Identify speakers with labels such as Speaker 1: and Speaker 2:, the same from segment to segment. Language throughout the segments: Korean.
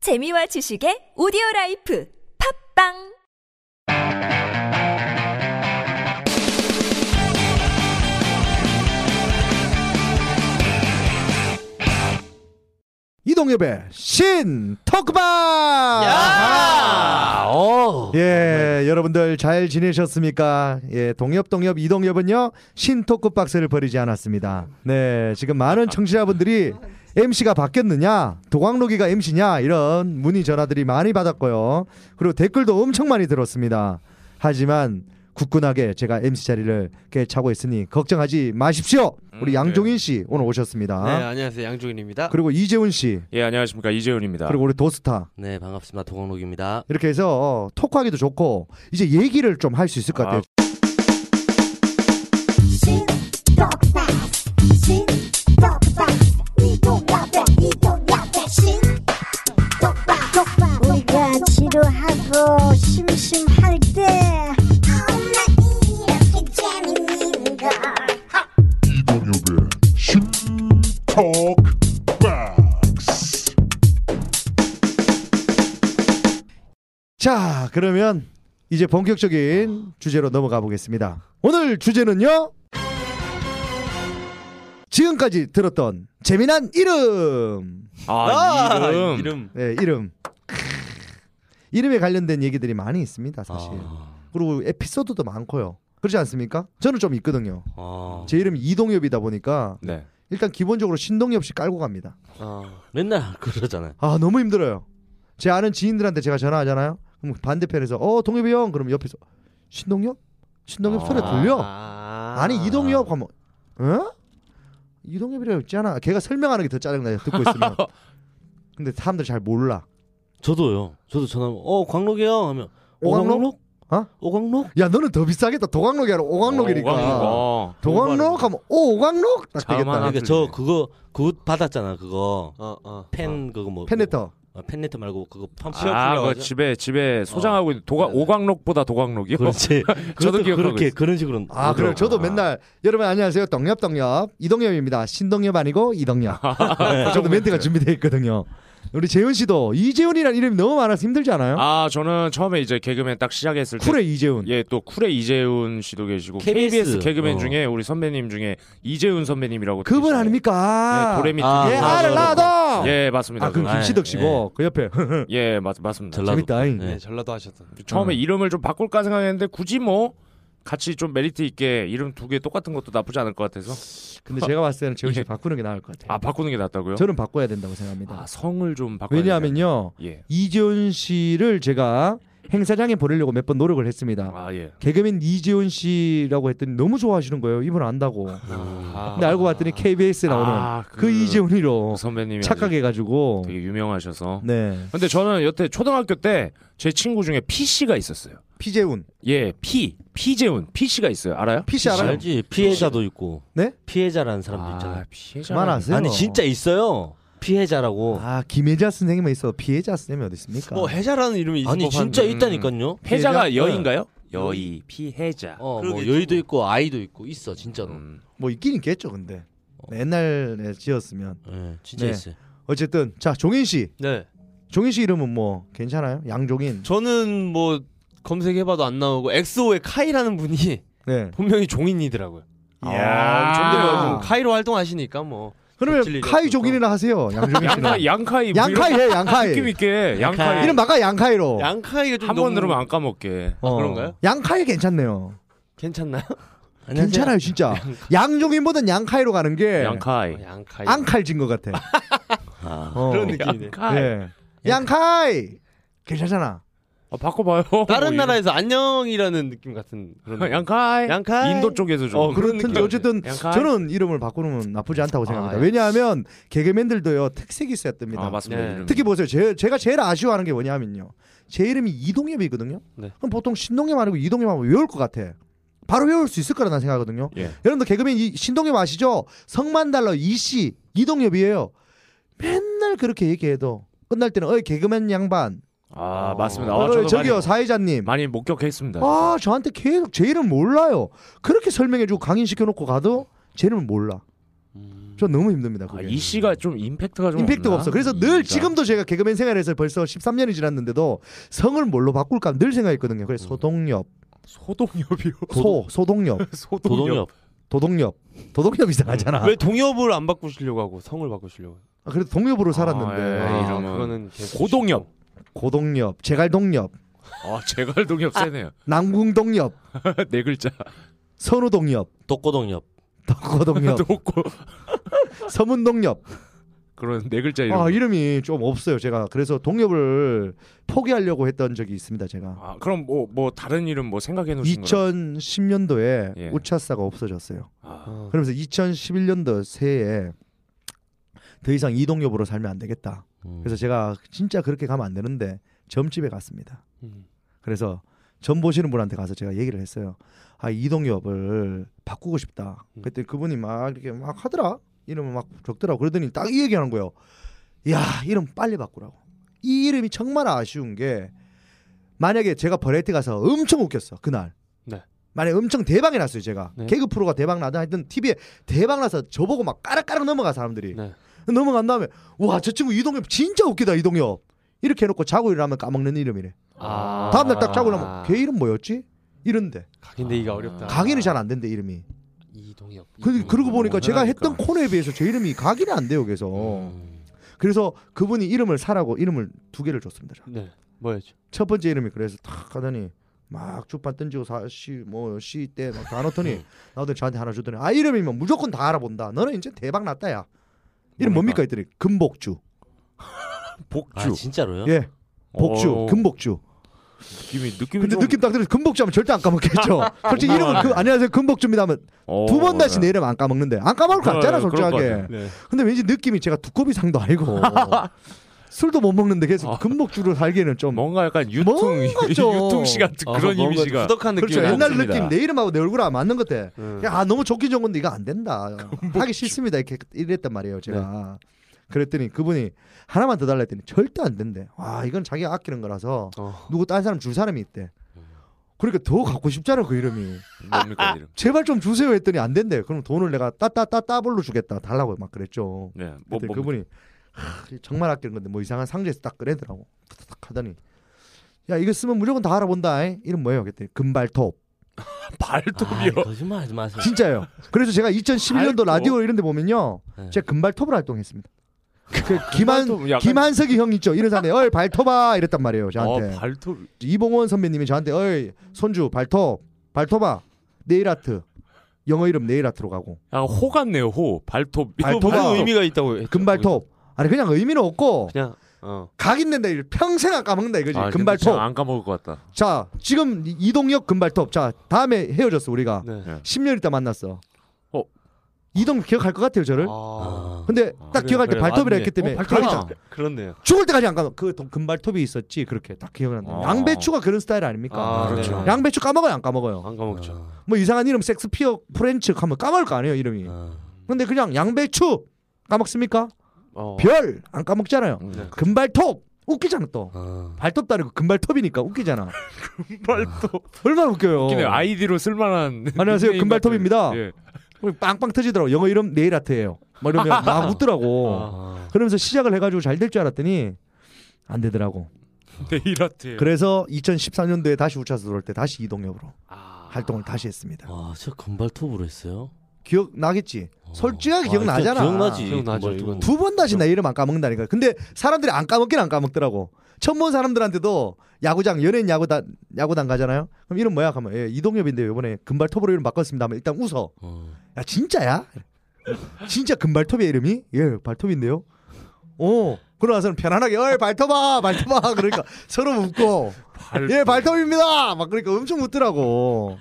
Speaker 1: 재미와 지식의 오디오 라이프 팝빵
Speaker 2: 이동엽의 신 토크방!
Speaker 3: 아, 오.
Speaker 2: 예, 여러분들 잘 지내셨습니까? 예, 동엽, 동엽, 이동엽은요, 신 토크박스를 버리지 않았습니다. 네, 지금 많은 청취자분들이 MC가 바뀌었느냐, 도광록이가 MC냐, 이런 문의 전화들이 많이 받았고요. 그리고 댓글도 엄청 많이 들었습니다. 하지만 굳건하게 제가 MC 자리를 이렇게 차고 있으니 걱정하지 마십시오! 우리
Speaker 3: 음,
Speaker 2: 양종인 씨 오늘 오셨습니다.
Speaker 3: 네, 안녕하세요. 양종인입니다.
Speaker 2: 그리고 이재훈 씨,
Speaker 4: 예 안녕하십니까 이재훈입니다.
Speaker 2: 그리고 우리 도스타.
Speaker 3: 네, 반갑습니다. 도광록입니다.
Speaker 2: 이렇게 해서 토크하기도 좋고 이제 얘기를 좀 할 수 있을 것 같아요.
Speaker 5: 우리가 지루하고 심심할 때 이렇게 재밌는 걸
Speaker 2: 자, 그러면 이제 본격적인 주제로 넘어가 보겠습니다. 오늘 주제는요. 지금까지 들었던 재미난 이름.
Speaker 4: 아,
Speaker 3: 아,
Speaker 4: 이름.
Speaker 2: 네, 이름. 크으. 이름에 관련된 얘기들이 많이 있습니다, 사실.
Speaker 3: 아.
Speaker 2: 그리고 에피소드도 많고요. 그렇지 않습니까? 저는 좀 있거든요.
Speaker 3: 어.
Speaker 2: 제 이름이 이동엽이다 보니까
Speaker 4: 네.
Speaker 2: 일단 기본적으로 신동엽 씨 깔고 갑니다.
Speaker 3: 어. 맨날 그러잖아요.
Speaker 2: 아 너무 힘들어요. 제 아는 지인들한테 제가 전화하잖아요. 그럼 반대편에서 어 동엽이 형 그럼 옆에서 신동엽? 신동엽 소리 들려?
Speaker 3: 아.
Speaker 2: 아니 이동엽 하면 어? 이동엽이라고 했잖아. 걔가 설명하는 게 더 짜증나요. 듣고 있으면. 근데 사람들 잘 몰라.
Speaker 3: 저도요. 저도 전화 하면, 어, 광록이 형 하면
Speaker 2: 오광록?
Speaker 3: 오광록?
Speaker 2: 어?
Speaker 3: 오광록?
Speaker 2: 야 너는 더 비싸겠다. 도광록이 아니라 오광록이니까.
Speaker 4: 어, 오광록.
Speaker 2: 도광록 하면 오 오광록 딱 되겠다.
Speaker 4: 자만한-
Speaker 3: 그러니까 저 그거 그거 받았잖아. 그거. 팬 그거 뭐
Speaker 2: 팬레터.
Speaker 3: 뭐, 어, 팬레터 말고 그거 팜프
Speaker 4: 어, 아, 그 집에 집에 소장하고 있는 도가
Speaker 3: 네네.
Speaker 4: 오광록보다 도광록이요?
Speaker 3: 그렇지.
Speaker 4: 저도
Speaker 3: 그것도
Speaker 4: 기억하고
Speaker 3: 그렇게
Speaker 4: 있어요.
Speaker 3: 그런 식으로.
Speaker 2: 아 그래요.
Speaker 3: 오더라고요.
Speaker 2: 저도 맨날 여러분 안녕하세요. 동엽 동엽 이동엽입니다. 신동엽 아니고 이동엽.
Speaker 4: 네.
Speaker 2: 저도 멘트가 준비되어 있거든요. 우리 재훈 씨도 이재훈이라는 이름이 너무 많아서 힘들지 않아요?
Speaker 4: 아, 저는 처음에 이제 개그맨 딱 시작했을 때
Speaker 2: 쿨의 이재훈.
Speaker 4: 예, 또 쿨의 이재훈 씨도 계시고 KBS,
Speaker 3: KBS
Speaker 4: 개그맨
Speaker 3: 어.
Speaker 4: 중에 우리 선배님 중에 이재훈 선배님이라고 또
Speaker 2: 그분
Speaker 4: 계시고.
Speaker 2: 아닙니까?
Speaker 4: 예, 도레미
Speaker 3: 아,
Speaker 2: 예,
Speaker 4: 예,
Speaker 3: 맞아,
Speaker 2: 알을
Speaker 3: 맞아.
Speaker 2: 나도.
Speaker 4: 예, 맞습니다.
Speaker 2: 아, 그럼
Speaker 3: 아,
Speaker 2: 김시덕 씨고 그 옆에
Speaker 4: 예, 맞, 맞습니다.
Speaker 3: 전라도.
Speaker 2: 재밌다잉.
Speaker 3: 네.
Speaker 6: 전라도 하셨던.
Speaker 4: 처음에
Speaker 2: 어.
Speaker 4: 이름을 좀 바꿀까 생각했는데 굳이 뭐 같이 좀 메리트 있게 이름 두 개 똑같은 것도 나쁘지 않을 것 같아서
Speaker 2: 근데 제가 봤을 때는 재훈 씨 바꾸는 게 나을 것 같아요.
Speaker 4: 아, 바꾸는 게 낫다고요?
Speaker 2: 저는 바꿔야 된다고 생각합니다.
Speaker 4: 아, 성을 좀 바꿔야
Speaker 2: 왜냐하면요,
Speaker 4: 되나? 예.
Speaker 2: 이재훈 씨를 제가 행사장에 보내려고 몇 번 노력을 했습니다.
Speaker 4: 아, 예.
Speaker 2: 개그맨 이재훈 씨라고 했더니 너무 좋아하시는 거예요. 이분 안다고.
Speaker 3: 음. 아.
Speaker 2: 근데 알고 봤더니 KBS에 나오는
Speaker 4: 아,
Speaker 2: 그,
Speaker 4: 그
Speaker 2: 이재훈이로
Speaker 4: 그 선배님이 착하게
Speaker 2: 착각해가지고.
Speaker 4: 되게 유명하셔서.
Speaker 2: 네.
Speaker 4: 근데 저는 여태 초등학교 때 제 친구 중에 P 씨가 있었어요.
Speaker 2: 피재훈.
Speaker 4: 예, P 피재훈 P 씨가 있어요. 알아요?
Speaker 2: 피 씨 알아요?
Speaker 3: 알지. 피해자도 있고.
Speaker 2: 네?
Speaker 3: 피해자라는 사람도 있잖아요.
Speaker 4: 피해자.
Speaker 2: 그만하세요.
Speaker 3: 아니 진짜 있어요. 피해자라고.
Speaker 2: 아 김혜자 선생님만 있어 피해자 선생님이 어디 있습니까?
Speaker 6: 뭐 해자라는 이름이 있을
Speaker 3: 아니
Speaker 6: 법한.
Speaker 3: 진짜
Speaker 4: 음.
Speaker 3: 있다니까요.
Speaker 4: 해자가
Speaker 2: 피해자?
Speaker 4: 여인가요? 여의 피해자.
Speaker 3: 어, 뭐
Speaker 6: 그러겠지,
Speaker 3: 여의도
Speaker 6: 뭐.
Speaker 3: 있고 아이도 있고 있어 진짜로.
Speaker 4: 음.
Speaker 2: 뭐 있긴 있겠죠 근데
Speaker 3: 어.
Speaker 2: 옛날에 지었으면
Speaker 3: 예, 진짜
Speaker 2: 네.
Speaker 3: 있어요.
Speaker 2: 어쨌든 자 종인 씨
Speaker 6: 네.
Speaker 2: 종인 씨 이름은 뭐 괜찮아요? 양종인.
Speaker 6: 저는 뭐 검색해봐도 안 나오고 엑소의 카이라는 분이
Speaker 2: 네.
Speaker 6: 분명히 종인이더라고요.
Speaker 4: 이야.
Speaker 3: 아.
Speaker 6: 근데 카이로 활동하시니까 뭐.
Speaker 2: 아. 그러면
Speaker 6: 덕질
Speaker 2: 카이
Speaker 6: 얘기하고
Speaker 2: 종인이나 하세요. 양종인 씨는.
Speaker 4: 양카이 양카이 뭐
Speaker 2: 그러니까 양카이 해
Speaker 4: 이런 느낌
Speaker 2: 양카이.
Speaker 4: 있게
Speaker 3: 양카이.
Speaker 4: 양카이.
Speaker 2: 이름 막아 양카이로.
Speaker 6: 양카이가 좀
Speaker 4: 한 번
Speaker 6: 너무
Speaker 4: 들으면 안 까먹게.
Speaker 2: 어.
Speaker 6: 그런가요?
Speaker 2: 양카이 괜찮네요.
Speaker 6: 괜찮나요?
Speaker 3: 안녕하세요.
Speaker 2: 괜찮아요 진짜. 양종인보단 양카이로 가는 게
Speaker 4: 양카이.
Speaker 6: 어,
Speaker 3: 어,
Speaker 6: 양카이.
Speaker 2: 앙칼진 것 같아.
Speaker 3: 아.
Speaker 2: 어.
Speaker 6: 그런 느낌이네.
Speaker 4: 양카이.
Speaker 2: 예. 양카이 괜찮잖아.
Speaker 4: 아, 바꿔봐요.
Speaker 6: 다른
Speaker 4: 뭐
Speaker 6: 나라에서 안녕이라는 느낌 같은
Speaker 4: 이런.
Speaker 6: 그런.
Speaker 3: 아,
Speaker 6: 느낌.
Speaker 4: 양카이.
Speaker 6: 양카이.
Speaker 4: 인도 쪽에서 좀.
Speaker 6: 어, 그런
Speaker 2: 그렇든지
Speaker 6: 느낌.
Speaker 2: 어쨌든
Speaker 4: 양카이.
Speaker 2: 저는 이름을 바꾸는 나쁘지 않다고 생각합니다.
Speaker 6: 아, 예.
Speaker 2: 왜냐하면 개그맨들도요 특색이 있어야 됩니다.
Speaker 4: 아, 맞습니다.
Speaker 6: 네.
Speaker 4: 이름.
Speaker 2: 특히 보세요. 제, 제가 제일 아쉬워하는 게 뭐냐면요. 제 이름이 이동엽이거든요.
Speaker 6: 네.
Speaker 2: 그럼 보통 신동엽 아니고 이동엽 하면 외울 것 같아. 바로 외울 수 있을 거라 난 생각하거든요.
Speaker 4: 예.
Speaker 2: 여러분들 개그맨 이, 신동엽 아시죠? 성만 달러 이씨 이동엽이에요. 맨날 그렇게 얘기해도 끝날 때는 어이 개그맨 양반,
Speaker 4: 아, 맞습니다.
Speaker 2: 어,
Speaker 4: 아, 저도
Speaker 2: 저기요
Speaker 4: 많이-
Speaker 2: 사회자님,
Speaker 4: 많이 목격했습니다.
Speaker 2: 아 저한테 계속 제 이름 몰라요 그렇게 설명해주고 강인시켜놓고 가도 제 이름을 몰라 저 너무 힘듭니다.
Speaker 4: 아,
Speaker 2: 그게.
Speaker 4: 이 씨가 좀 임팩트가 좀
Speaker 2: 임팩트가
Speaker 4: 없나?
Speaker 2: 없어. 그래서 늘
Speaker 4: 진짜.
Speaker 2: 지금도 제가 개그맨 생활에서 벌써 13년이 지났는데도 성을 뭘로 바꿀까 늘 생각했거든요. 그래서 소동엽,
Speaker 4: 음. 소동엽이요.
Speaker 2: 소, 소동엽,
Speaker 3: 도동엽.
Speaker 2: 도동엽, 도동엽 이상하잖아.
Speaker 6: 왜 동엽을 안 바꾸시려고 하고 성을 바꾸시려고? 예,
Speaker 2: 아, 그래도 동엽으로 살았는데
Speaker 4: 네,
Speaker 2: 아,
Speaker 4: 이름은.
Speaker 6: 그거는 계속
Speaker 4: 고동엽.
Speaker 2: 고동엽, 제갈동엽,
Speaker 4: 아 제갈동엽 세네요.
Speaker 2: 남궁동엽, 아,
Speaker 4: 네 글자.
Speaker 2: 선우동엽,
Speaker 3: 독고동엽.
Speaker 2: 덕고동엽,
Speaker 4: 없고
Speaker 2: 서문동엽.
Speaker 6: 아,
Speaker 4: 그런 네 글자 이름.
Speaker 2: 아 이름이 좀 없어요. 제가 그래서 동엽을 포기하려고 했던 적이 있습니다. 제가
Speaker 4: 아, 그럼 뭐 뭐 다른 이름 뭐 생각해 놓으신 거예요?
Speaker 2: 2010년도에
Speaker 4: 예.
Speaker 2: 우차사가 없어졌어요.
Speaker 4: 아,
Speaker 6: 어.
Speaker 2: 그러면서 2011년도 새해에 더 이상 이동엽으로 살면 안 되겠다.
Speaker 3: 음.
Speaker 2: 그래서 제가 진짜 그렇게 가면 안 되는데 점집에 갔습니다.
Speaker 6: 음.
Speaker 2: 그래서 점 보시는 분한테 가서 제가 얘기를 했어요. 아 이동엽을 바꾸고 싶다.
Speaker 6: 음.
Speaker 2: 그때 그분이 막 이렇게 막 하더라. 이름을 막 적더라. 고 그러더니 딱 이 얘기하는 거예요. 야 이름 빨리 바꾸라고. 이 이름이 정말 아쉬운 게 만약에 제가 버레이트 가서 엄청 웃겼어 그날.
Speaker 6: 네.
Speaker 2: 만약에 엄청 대박이 났어요 제가
Speaker 6: 네.
Speaker 2: 개그 프로가 대박 나든 하여튼 TV에 대박 나서 저보고 막 까락까락 넘어가 사람들이
Speaker 6: 네.
Speaker 2: 넘어간 다음에 와 저 친구 이동엽 진짜 웃기다 이동엽 이렇게 해놓고 자고 일어나면 까먹는 이름이래
Speaker 6: 아.
Speaker 2: 다음날 딱 자고 일어나면 걔 이름 뭐였지? 이런데
Speaker 6: 각인되기가
Speaker 4: 아,
Speaker 6: 어렵다.
Speaker 2: 각인이 잘 안 된대 이름이
Speaker 6: 이동엽.
Speaker 2: 근데 그러고
Speaker 3: 음.
Speaker 2: 보니까 제가
Speaker 4: 그러니까.
Speaker 2: 했던 코너에 비해서 제 이름이 각인이 안 돼요 그래서 그래서 그분이 이름을 사라고 이름을 두 개를 줬습니다
Speaker 6: 네. 뭐였죠?
Speaker 2: 첫 번째 이름이 그래서 탁 하더니 막 주판 던지고 뭐, 사시뭐시때막다 넣더니 나도 저한테 하나 주더니 아 이름이면 무조건 다 알아본다 너는 이제 대박 났다야 이름 뭡니까 했더니 금복주
Speaker 4: 복주.
Speaker 3: 아 진짜로요?
Speaker 2: 예 복주
Speaker 4: 어,
Speaker 2: 금복주
Speaker 4: 느낌이 느낌이
Speaker 2: 근데
Speaker 4: 좀...
Speaker 2: 느낌 딱 들어서 금복주 하면 절대 안 까먹겠죠 솔직히 이름은 그, 안녕하세요 금복주입니다 하면
Speaker 4: 어,
Speaker 2: 두 번 다시
Speaker 4: 네.
Speaker 2: 내 이름 안 까먹는데 안 까먹을 거 같잖아
Speaker 4: 그럴 것
Speaker 2: 솔직하게
Speaker 4: 같아요.
Speaker 6: 네.
Speaker 2: 근데 왠지 느낌이 제가 두꺼비 상도 아니고 술도 못 먹는데 계속
Speaker 4: 아.
Speaker 2: 금복주로 살기에는 좀
Speaker 4: 뭔가 약간 유통
Speaker 2: 뭔가 좀-
Speaker 4: 유통시
Speaker 3: 어,
Speaker 4: 같은
Speaker 6: 아,
Speaker 4: 그런
Speaker 6: 뭔가
Speaker 4: 이미지가
Speaker 6: 후덕한 느낌이
Speaker 2: 그렇죠 옛날
Speaker 4: 없습니다.
Speaker 2: 느낌 내 이름하고 내 얼굴 안 맞는 것 같아
Speaker 6: 음.
Speaker 2: 야 너무 좋긴 좋은 건데 이거 안 된다 하기 싫습니다 이렇게 이랬단 말이에요 제가
Speaker 4: 네.
Speaker 2: 그랬더니 그분이 하나만 더 달라 했더니 절대 안 된대 와 이건 자기가 아끼는 거라서
Speaker 6: 어.
Speaker 2: 누구 딴 사람 줄 사람이 있대
Speaker 4: 음.
Speaker 2: 그러니까 더 갖고 싶잖아 그 이름이
Speaker 4: 뭡니까 이름?
Speaker 2: 제발 좀 주세요 했더니 안 된대 그럼 돈을 내가 따따따 따블로 주겠다 달라고 막 그랬죠
Speaker 4: 네. 뭐,
Speaker 2: 그때
Speaker 4: 뭐
Speaker 2: 그분이 하, 정말 아끼는 건데 뭐 이상한 상자에서 딱 꺼내더라고 탁탁 하더니 야 이거 쓰면 무조건 다 알아본다 잉? 이름 뭐예요 그랬더니 금발톱
Speaker 3: 아이,
Speaker 4: 발톱이요.
Speaker 3: 거짓말하지 마세요.
Speaker 2: 진짜요. 그래서 제가 2011년도
Speaker 4: 발톱?
Speaker 2: 라디오 이런 데 보면요.
Speaker 3: 네.
Speaker 2: 제가 금발톱으로 활동했습니다. 그 김한
Speaker 4: 아, 발톱 약간-
Speaker 2: 김한석이 형 있죠. 이런 사람이 얼 발톱아 네. 이랬단 말이에요. 저한테.
Speaker 4: 어, 발톱
Speaker 2: 이봉원 선배님이 저한테 얼 손주 발톱 발톱아 네일 아트 영어 이름 네일 아트로 가고
Speaker 4: 약간 호 같네요. 호. 발톱. 이거
Speaker 2: 발톱. 아,
Speaker 4: 무슨
Speaker 3: 어.
Speaker 6: 무슨
Speaker 4: 의미-
Speaker 6: 의미가 있다고 했죠?
Speaker 2: 그렇죠. 금발톱 아니 그냥 의미는 없고
Speaker 6: 그냥 어.
Speaker 2: 각인된다 이 평생 안 까먹는다 이거지
Speaker 6: 그렇죠.
Speaker 4: 아, 근데
Speaker 2: 금발톱
Speaker 4: 진짜 안 까먹을 것 같다.
Speaker 2: 자 지금 이- 이동혁 금발톱 자 다음에 헤어졌어 우리가
Speaker 6: 네.
Speaker 4: 네.
Speaker 2: 10년 있다 만났어
Speaker 4: 어.
Speaker 2: 이동 기억할 것 같아요 저를
Speaker 6: 아.
Speaker 3: 아,
Speaker 2: 근데 네. 딱
Speaker 6: 그래,
Speaker 2: 기억할 때
Speaker 6: 그래,
Speaker 2: 발톱이라
Speaker 4: 아,
Speaker 6: 맞네.
Speaker 2: 했기 때문에
Speaker 6: 어,
Speaker 2: 그러니까
Speaker 6: 발톱이다. 그렇네요.
Speaker 2: 죽을 때까지 안 까먹어 그 동- 금발톱이 있었지 그렇게 딱 기억난다
Speaker 4: 아.
Speaker 2: 양배추가 그런 스타일 아닙니까
Speaker 6: 아,
Speaker 4: 그렇죠.
Speaker 6: 네.
Speaker 2: 양배추 까먹어요 안 까먹어요
Speaker 6: 안 까먹죠.
Speaker 2: 뭐 이상한 이름 섹스피어 프렌치 하면 까먹을 거 아니에요 이름이
Speaker 3: 아,
Speaker 2: 근데 그냥 양배추 까먹습니까
Speaker 6: 어.
Speaker 2: 별 어. 안 까먹잖아요
Speaker 4: 네.
Speaker 2: 그렇죠. 금발톱 웃기잖아 또
Speaker 3: 아.
Speaker 2: 발톱도 아니고 금발톱이니까 웃기잖아 금발톱 얼마나 웃겨요
Speaker 4: 웃기네요. 아이디로 쓸만한
Speaker 2: 안녕하세요.
Speaker 4: 닉네임
Speaker 2: 금발톱입니다.
Speaker 4: 같은. 예.
Speaker 2: 빵빵 터지더라고 영어 이름 네일 아트예요 막 이러면 막 웃더라고
Speaker 6: 아.
Speaker 2: 그러면서 시작을 해가지고 잘 될 줄 알았더니 안 되더라고
Speaker 4: 네일아트.
Speaker 2: 그래서 2014년도에 다시 우차서 들어올 때 다시 이동엽으로
Speaker 6: 아.
Speaker 2: 활동을 다시 했습니다.
Speaker 3: 와, 아, 진짜 금발톱으로 했어요?
Speaker 2: 기억 나겠지? 솔직하게
Speaker 3: 아,
Speaker 2: 기억나잖아.
Speaker 3: 기억나지.
Speaker 6: 기억나죠,
Speaker 3: 금발톱은.
Speaker 2: 두 번 다시 내 이름 안 까먹는다니까. 근데 사람들이 안 까먹긴 안 까먹더라고. 처음 본 사람들한테도 야구장 연예인 야구단 야구단 가잖아요. 그럼 이름 뭐야? 하면 예, 이동엽인데 이번에 금발톱으로 이름 바꿨습니다. 하면 일단 웃어.
Speaker 3: 어.
Speaker 2: 야 진짜야? 진짜 금발톱이 이름이? 예, 발톱인데요. 어. 그러나서는 편안하게 어 발톱아 발톱아 그러니까 서로 웃고 예 발톱입니다 막 그러니까 엄청 웃더라고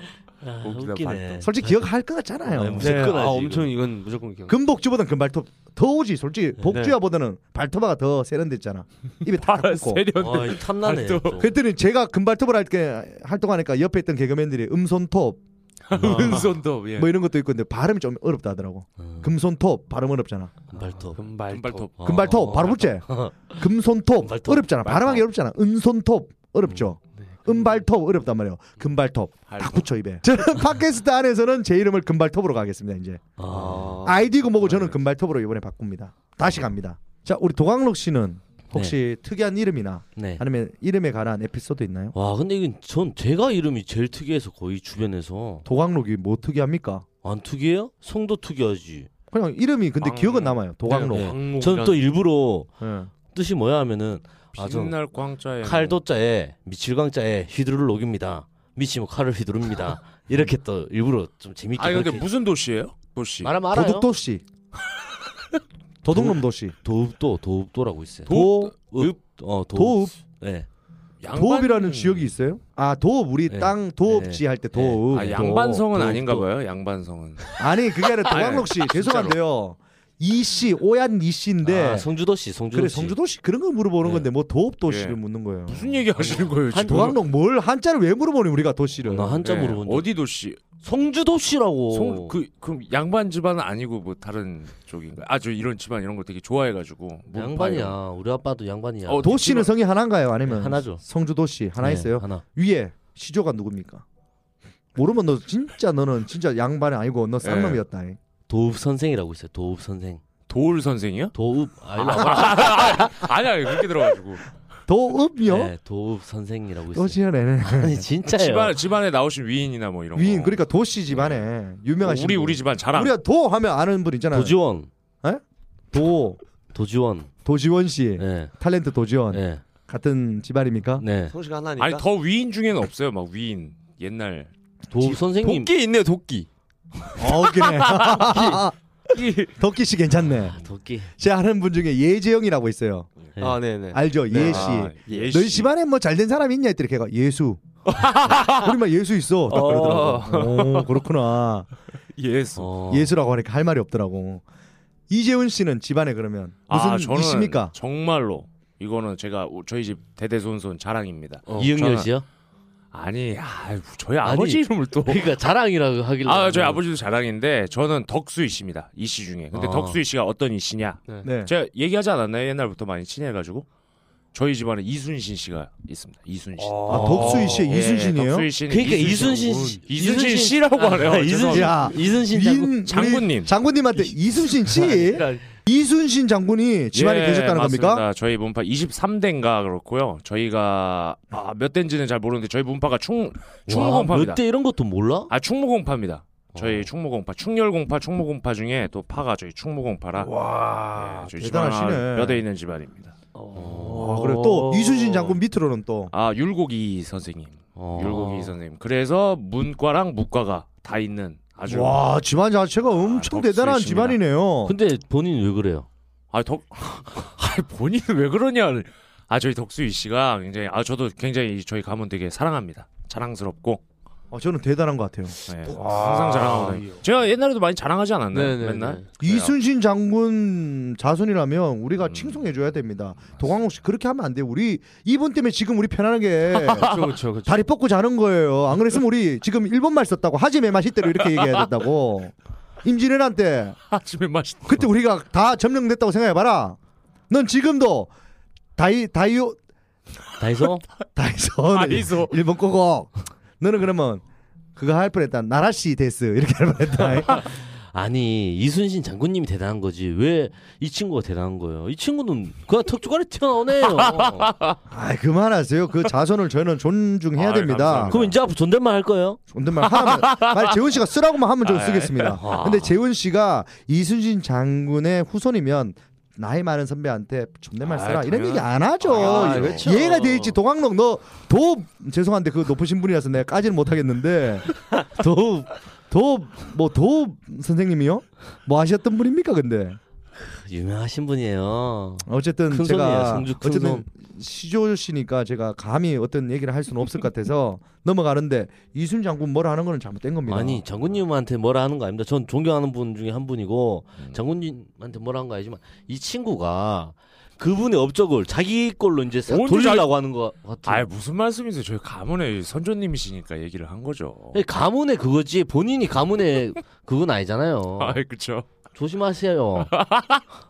Speaker 3: 아,
Speaker 4: 웃기다,
Speaker 3: 웃기네.
Speaker 4: 발톱.
Speaker 2: 솔직히 기억할 것
Speaker 3: 아,
Speaker 2: 같잖아요 네.
Speaker 3: 무슨- 무조건
Speaker 6: 아,
Speaker 3: 하지,
Speaker 6: 엄청 이건 무조건 기억.
Speaker 2: 음. 금복주보다는 금발톱 더 오지 솔직히 복주야보다는 발톱아가 더 네. 세련됐잖아 입에 다 붙고
Speaker 4: 세련.
Speaker 6: 아,
Speaker 3: 와, 이 탐나네.
Speaker 4: 발톱.
Speaker 3: 좀.
Speaker 2: 그랬더니 제가 금발톱을 할 때 활동하니까 옆에 있던 개그맨들이 음손톱
Speaker 4: 은손톱. 예.
Speaker 2: 뭐 이런 것도 있고 근데 발음이 좀 어렵다 하더라고
Speaker 3: 음,
Speaker 2: 금손톱 발음 어렵잖아
Speaker 3: 금발톱.
Speaker 6: 금발톱.
Speaker 4: 금발톱.
Speaker 3: 어,
Speaker 2: 금발톱 바로 붙지 금손톱
Speaker 3: 금발톱.
Speaker 2: 어렵잖아 발음하기 어렵잖아 은손톱 어렵죠
Speaker 6: 네,
Speaker 2: 은발톱 어렵단 말이에요. 금발톱 딱 붙여 입에. 저는 팟캐스트 안에서는 제 이름을 금발톱으로 가겠습니다. 이제
Speaker 3: 아.
Speaker 2: 아이디고 뭐고 저는 금발톱으로 이번에 바꿉니다. 다시 갑니다. 자 우리 도광록 씨는 혹시 특이한 이름이나
Speaker 3: 네.
Speaker 2: 아니면 이름에 관한 에피소드 있나요?
Speaker 3: 와 근데 이건 전 제가 이름이 제일 특이해서 거의 주변에서
Speaker 2: 도광록이 뭐 특이합니까?
Speaker 3: 안 특이해요? 성도 특이하지.
Speaker 2: 그냥 이름이 근데
Speaker 4: 광-
Speaker 2: 기억은 남아요. 도광록.
Speaker 3: 네.
Speaker 4: 뭐
Speaker 6: 광목이란-
Speaker 3: 저는 또 일부러
Speaker 2: 예.
Speaker 3: 뜻이 뭐야 하면은 아, 저
Speaker 4: 빛날 광자에 뭐.
Speaker 3: 칼도자에 미칠광자에 휘두를 녹입니다. 미치면 칼을 휘두릅니다. 이렇게 또 일부러 좀 재밌게
Speaker 4: 아 근데
Speaker 3: 그렇게
Speaker 4: 무슨 도시예요? 도시.
Speaker 6: 말하면 알아요.
Speaker 2: 도둑도 씨. 도둑놈 도시.
Speaker 3: 도읍도 도읍도라고 있어요.
Speaker 4: 도읍?
Speaker 3: 도읍 어 도읍.
Speaker 2: 도읍.
Speaker 3: 네.
Speaker 4: 양반-
Speaker 2: 도읍이라는 지역이 있어요? 아 도읍 우리
Speaker 3: 네.
Speaker 2: 땅 도읍지 할 때 도읍.
Speaker 4: 아 양반성은
Speaker 3: 도읍,
Speaker 4: 아닌가
Speaker 3: 도읍.
Speaker 4: 봐요. 양반성은.
Speaker 2: 아니 그게 아니라 도광록 씨 죄송한데요. 이씨 오얀 이씨인데
Speaker 3: 아, 성주도 씨, 성주도
Speaker 2: 네. 그래
Speaker 3: 씨.
Speaker 2: 성주도 씨 그런 걸 물어보는
Speaker 3: 네.
Speaker 2: 건데 뭐 도읍 도시를
Speaker 4: 예.
Speaker 2: 묻는 거예요.
Speaker 4: 무슨 얘기 하시는 거예요,
Speaker 3: 한
Speaker 4: 지금?
Speaker 2: 도광록 뭘 한자를 왜 물어보니 우리가 도시를?
Speaker 3: 나 한자
Speaker 4: 예.
Speaker 3: 물어본 적.
Speaker 4: 어디 도시?
Speaker 3: 성주도 씨라고.
Speaker 4: 송, 그 그럼 양반 집안은 아니고 뭐 다른 쪽인가? 아 저 이런 집안 이런 거 되게 좋아해가지고 뭐 물어봐요.
Speaker 3: 양반이야. 우리 아빠도 양반이야.
Speaker 4: 어,
Speaker 2: 도시는
Speaker 4: 도시만-
Speaker 2: 성이 하나인가요? 아니면
Speaker 3: 뭐 네, 하나죠.
Speaker 2: 성주 도시 하나
Speaker 3: 네,
Speaker 2: 있어요.
Speaker 3: 하나.
Speaker 2: 위에 시조가 누굽니까? 모르면 너 진짜 너는 진짜 양반이 아니고
Speaker 4: 네.
Speaker 2: 너 쌍놈이었다.
Speaker 3: 도읍 선생이라고 있어요. 도읍 선생.
Speaker 4: 도울 선생이요?
Speaker 3: 도읍 아, 일로 와봐.
Speaker 4: 아니야 그렇게 들어가지고
Speaker 2: 도읍이요?
Speaker 3: 네, 도읍 선생이라고 있어요.
Speaker 2: 도시연애는
Speaker 3: 아니 진짜예요.
Speaker 4: 집안 집안에 나오신 위인이나 뭐 이런
Speaker 2: 위인
Speaker 4: 거.
Speaker 2: 그러니까
Speaker 3: 네.
Speaker 2: 도시 집안에 유명한
Speaker 4: 우리 우리 집안 자랑.
Speaker 2: 우리가 도 하면 아는 분 있잖아요.
Speaker 3: 도지원.
Speaker 2: 도
Speaker 3: 도지원.
Speaker 2: 도지원 씨
Speaker 3: 네.
Speaker 2: 탤런트 도지원
Speaker 3: 네.
Speaker 2: 같은 집안입니까?
Speaker 3: 네.
Speaker 6: 성씨가 하나니까.
Speaker 4: 아니 더 위인 중에는 없어요. 막 위인 옛날
Speaker 3: 도읍 선생님.
Speaker 6: 도끼 있네요, 도끼.
Speaker 2: 아 웃기네. 덕기 씨 괜찮네.
Speaker 3: 도끼.
Speaker 2: 제 아는 분 중에 예재영이라고 있어요.
Speaker 3: 네.
Speaker 6: 아, 네, 네.
Speaker 2: 알죠 예씨.
Speaker 4: 아, 예
Speaker 2: 너희
Speaker 4: 씨.
Speaker 2: 집안에 뭐 잘 된 사람 있냐 했더니 걔가 예수. 우리 막 예수 있어. 딱 그러더라고. 오 그렇구나.
Speaker 4: 예수.
Speaker 3: 어.
Speaker 2: 예수라고 하니까 할 말이 없더라고. 이재훈 씨는 집안에 그러면 무슨
Speaker 4: 아 저는
Speaker 2: 있습니까?
Speaker 4: 정말로 이거는 제가 우- 저희 집 대대손손 자랑입니다.
Speaker 3: 어, 이응열
Speaker 4: 저는-
Speaker 3: 씨요?
Speaker 4: 아니 아 저희 아버지 이름을 또.
Speaker 3: 그러니까 자랑이라고 하길래.
Speaker 4: 아 저희
Speaker 3: 나는-
Speaker 4: 아버지도 자랑인데 저는 덕수이 씨입니다. 이 씨 중에. 근데
Speaker 3: 아.
Speaker 4: 덕수이 씨가 어떤 이 씨냐?
Speaker 2: 네.
Speaker 4: 제가 얘기하지 않았나요? 옛날부터 많이 친해가지고 저희 집안에 이순신 씨가 있습니다. 이순신.
Speaker 2: 아 덕수이 씨의
Speaker 4: 예,
Speaker 2: 이순신이에요?
Speaker 4: 덕수이 씨는
Speaker 3: 그러니까
Speaker 4: 이순신.
Speaker 3: 이순신 씨-
Speaker 4: 이순신
Speaker 3: 이순신-
Speaker 4: 씨라고
Speaker 3: 아,
Speaker 4: 하네요.
Speaker 3: 아, 이순신.
Speaker 4: 죄송합니다.
Speaker 2: 야
Speaker 3: 이순신
Speaker 2: 민-
Speaker 3: 장군.
Speaker 2: 우리
Speaker 4: 장군님.
Speaker 2: 장군님한테 이순신 씨
Speaker 4: 그러니까
Speaker 2: 이순신 장군이 집안에
Speaker 4: 예,
Speaker 2: 계셨다는 겁니까?
Speaker 4: 맞습니다. 저희 문파 23대인가 그렇고요. 저희가 아, 몇 대인지는 잘 모르는데 저희 문파가 충 충무공파입니다.
Speaker 3: 몇대 이런 것도 몰라?
Speaker 4: 아 충무공파입니다. 저희 충무공파, 충렬공파, 충무공파 중에 또 파가 저희 충무공파라. 와, 저희
Speaker 2: 대단하시네.
Speaker 4: 몇대 있는 집안입니다.
Speaker 2: 아, 그리고 또
Speaker 4: 어.
Speaker 2: 이순신 장군 밑으로는 또
Speaker 4: 아 율곡이 선생님,
Speaker 2: 아.
Speaker 3: 어.
Speaker 4: 율곡이 선생님. 그래서 문과랑 무과가 다 있는 아주 아,
Speaker 2: 와 집안 자체가 엄청
Speaker 4: 덕수이십니다.
Speaker 2: 대단한 집안이네요.
Speaker 3: 근데 본인 왜 그래요?
Speaker 4: 아덕 아, 본인은 왜 그러냐. 아 저희 덕수이 씨가 굉장히 아 저도 굉장히 저희 가문 되게 사랑합니다. 자랑스럽고
Speaker 2: 아, 저는 대단한 것 같아요.
Speaker 4: 네, 항상 자랑하고 다니고 제가 옛날에도 많이 자랑하지 않았나요?
Speaker 6: 네, 네,
Speaker 4: 맨날
Speaker 6: 네.
Speaker 4: 그래요.
Speaker 2: 이순신 장군 자손이라면 우리가
Speaker 4: 음.
Speaker 2: 칭송해줘야 됩니다. 도광록 씨 그렇게 하면 안 돼요. 우리 이분 때문에 지금 우리 편안하게
Speaker 4: 아,
Speaker 6: 그렇죠, 그렇죠.
Speaker 2: 다리 뻗고 자는 거예요. 안 그랬으면 우리 지금 일본 말 썼다고 하지메 마시대로 이렇게 얘기해야 된다고. 임진왜란때
Speaker 4: 아침에 맛있
Speaker 2: 그때 우리가 다 점령됐다고 생각해봐라. 넌 지금도 다이 다이오
Speaker 3: 다이소?
Speaker 2: 다이소
Speaker 4: 다이소.
Speaker 2: 일본 거고 너는 그러면 그거 할 뻔했다. 나라시 데스 이렇게 할 뻔했다.
Speaker 3: 아니 이순신 장군님이 대단한 거지 왜 이 친구가 대단한 거예요? 이 친구는 그냥 턱주간에 튀어나오네요.
Speaker 2: 아 그만하세요. 그 자손을 저는 존중해야
Speaker 4: 아이,
Speaker 2: 됩니다.
Speaker 4: 감사합니다.
Speaker 3: 그럼 이제 앞으로 존댓말 할 거예요?
Speaker 2: 존댓말 하나만 만약 재훈 씨가 쓰라고만 하면 좀 쓰겠습니다. 근데 재훈 씨가 이순신 장군의 후손이면 나이 많은 선배한테 존댓말 쓰라
Speaker 4: 아,
Speaker 2: 이런
Speaker 4: 당연하죠.
Speaker 2: 얘기 안 하죠.
Speaker 6: 아,
Speaker 2: 예-
Speaker 6: 그렇죠.
Speaker 2: 예가 돼 있지. 동학록 너 도 죄송한데 그 높으신 분이라서 내가 까지는 못하겠는데 도도뭐도 선생님이요? 뭐 하셨던 분입니까 근데
Speaker 3: 유명하신 분이에요.
Speaker 2: 어쨌든
Speaker 3: 큰 손이에요,
Speaker 2: 제가
Speaker 3: 성주 큰
Speaker 2: 어쨌든
Speaker 3: 손.
Speaker 2: 시조 씨니까 제가 감히 어떤 얘기를 할 수는 없을 것 같아서 넘어가는데 이순 장군 뭐라 하는 거는 잘못된 겁니다.
Speaker 3: 아니 장군님한테 뭐라 하는 거 아닙니다. 전 존경하는 분 중에 한 분이고 장군님한테 뭐라 하는 거 아니지만 이 친구가 그분의 업적을 자기 걸로 이제 사-
Speaker 4: 뭔지
Speaker 3: 돌리려고 하는 것 같아요.
Speaker 4: 아 무슨 말씀이세요? 저희 가문의 선조님이시니까 얘기를 한 거죠.
Speaker 3: 예, 가문의 그거지 본인이 가문의 그건 아니잖아요.
Speaker 4: 아 그쵸.
Speaker 3: 조심하세요.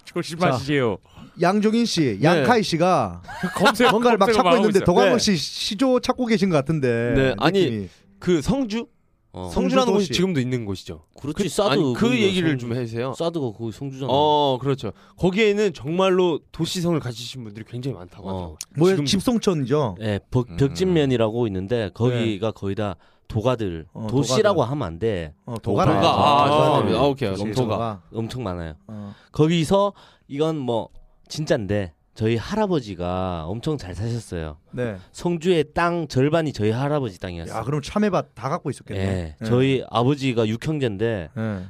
Speaker 4: 조심하시지요.
Speaker 2: 양종인 씨, 양카이 씨가
Speaker 4: 검색
Speaker 2: 뭔가를 막
Speaker 4: 검색을
Speaker 2: 찾고
Speaker 4: 하고
Speaker 2: 있는데
Speaker 4: 있어요.
Speaker 2: 도광록
Speaker 6: 네.
Speaker 2: 씨 시조 찾고 계신 것 같은데.
Speaker 6: 네, 아니,
Speaker 2: 느낌이.
Speaker 6: 그 성주?
Speaker 3: 어.
Speaker 6: 성주라는 곳이
Speaker 2: 성주도시.
Speaker 6: 지금도 있는 곳이죠.
Speaker 3: 그렇지
Speaker 6: 그,
Speaker 3: 싸도
Speaker 6: 아니, 그
Speaker 3: 거기가
Speaker 6: 얘기를
Speaker 3: 성주-
Speaker 6: 좀 해주세요.
Speaker 3: 싸드가 거기 성주잖아.
Speaker 6: 어, 그렇죠. 거기에는 정말로 도시성을 가지신 분들이 굉장히 많다고
Speaker 3: 어.
Speaker 6: 하더라고요.
Speaker 2: 뭐
Speaker 6: 지금도.
Speaker 2: 집송촌이죠.
Speaker 3: 예, 벽,
Speaker 4: 음.
Speaker 3: 벽진면이라고 있는데 거기가 거의 다 도가들
Speaker 2: 어,
Speaker 3: 네. 도시라고 하면 안 돼.
Speaker 2: 어,
Speaker 3: 도가.
Speaker 2: 도가라.
Speaker 6: 아, 아,
Speaker 3: 도가.
Speaker 6: 죄송합니다. 아, 오케이.
Speaker 3: 너무
Speaker 6: 도가.
Speaker 3: 엄청 많아요.
Speaker 2: 어.
Speaker 3: 거기서 이건 뭐 진짠데 저희 할아버지가 엄청 잘 사셨어요.
Speaker 2: 네.
Speaker 3: 성주의 땅 절반이 저희 할아버지 땅이었어요.
Speaker 2: 야, 그럼 참외밭 다 갖고 있었겠네.
Speaker 3: 예,
Speaker 2: 예.
Speaker 3: 저희 아버지가 육형제인데
Speaker 2: 예.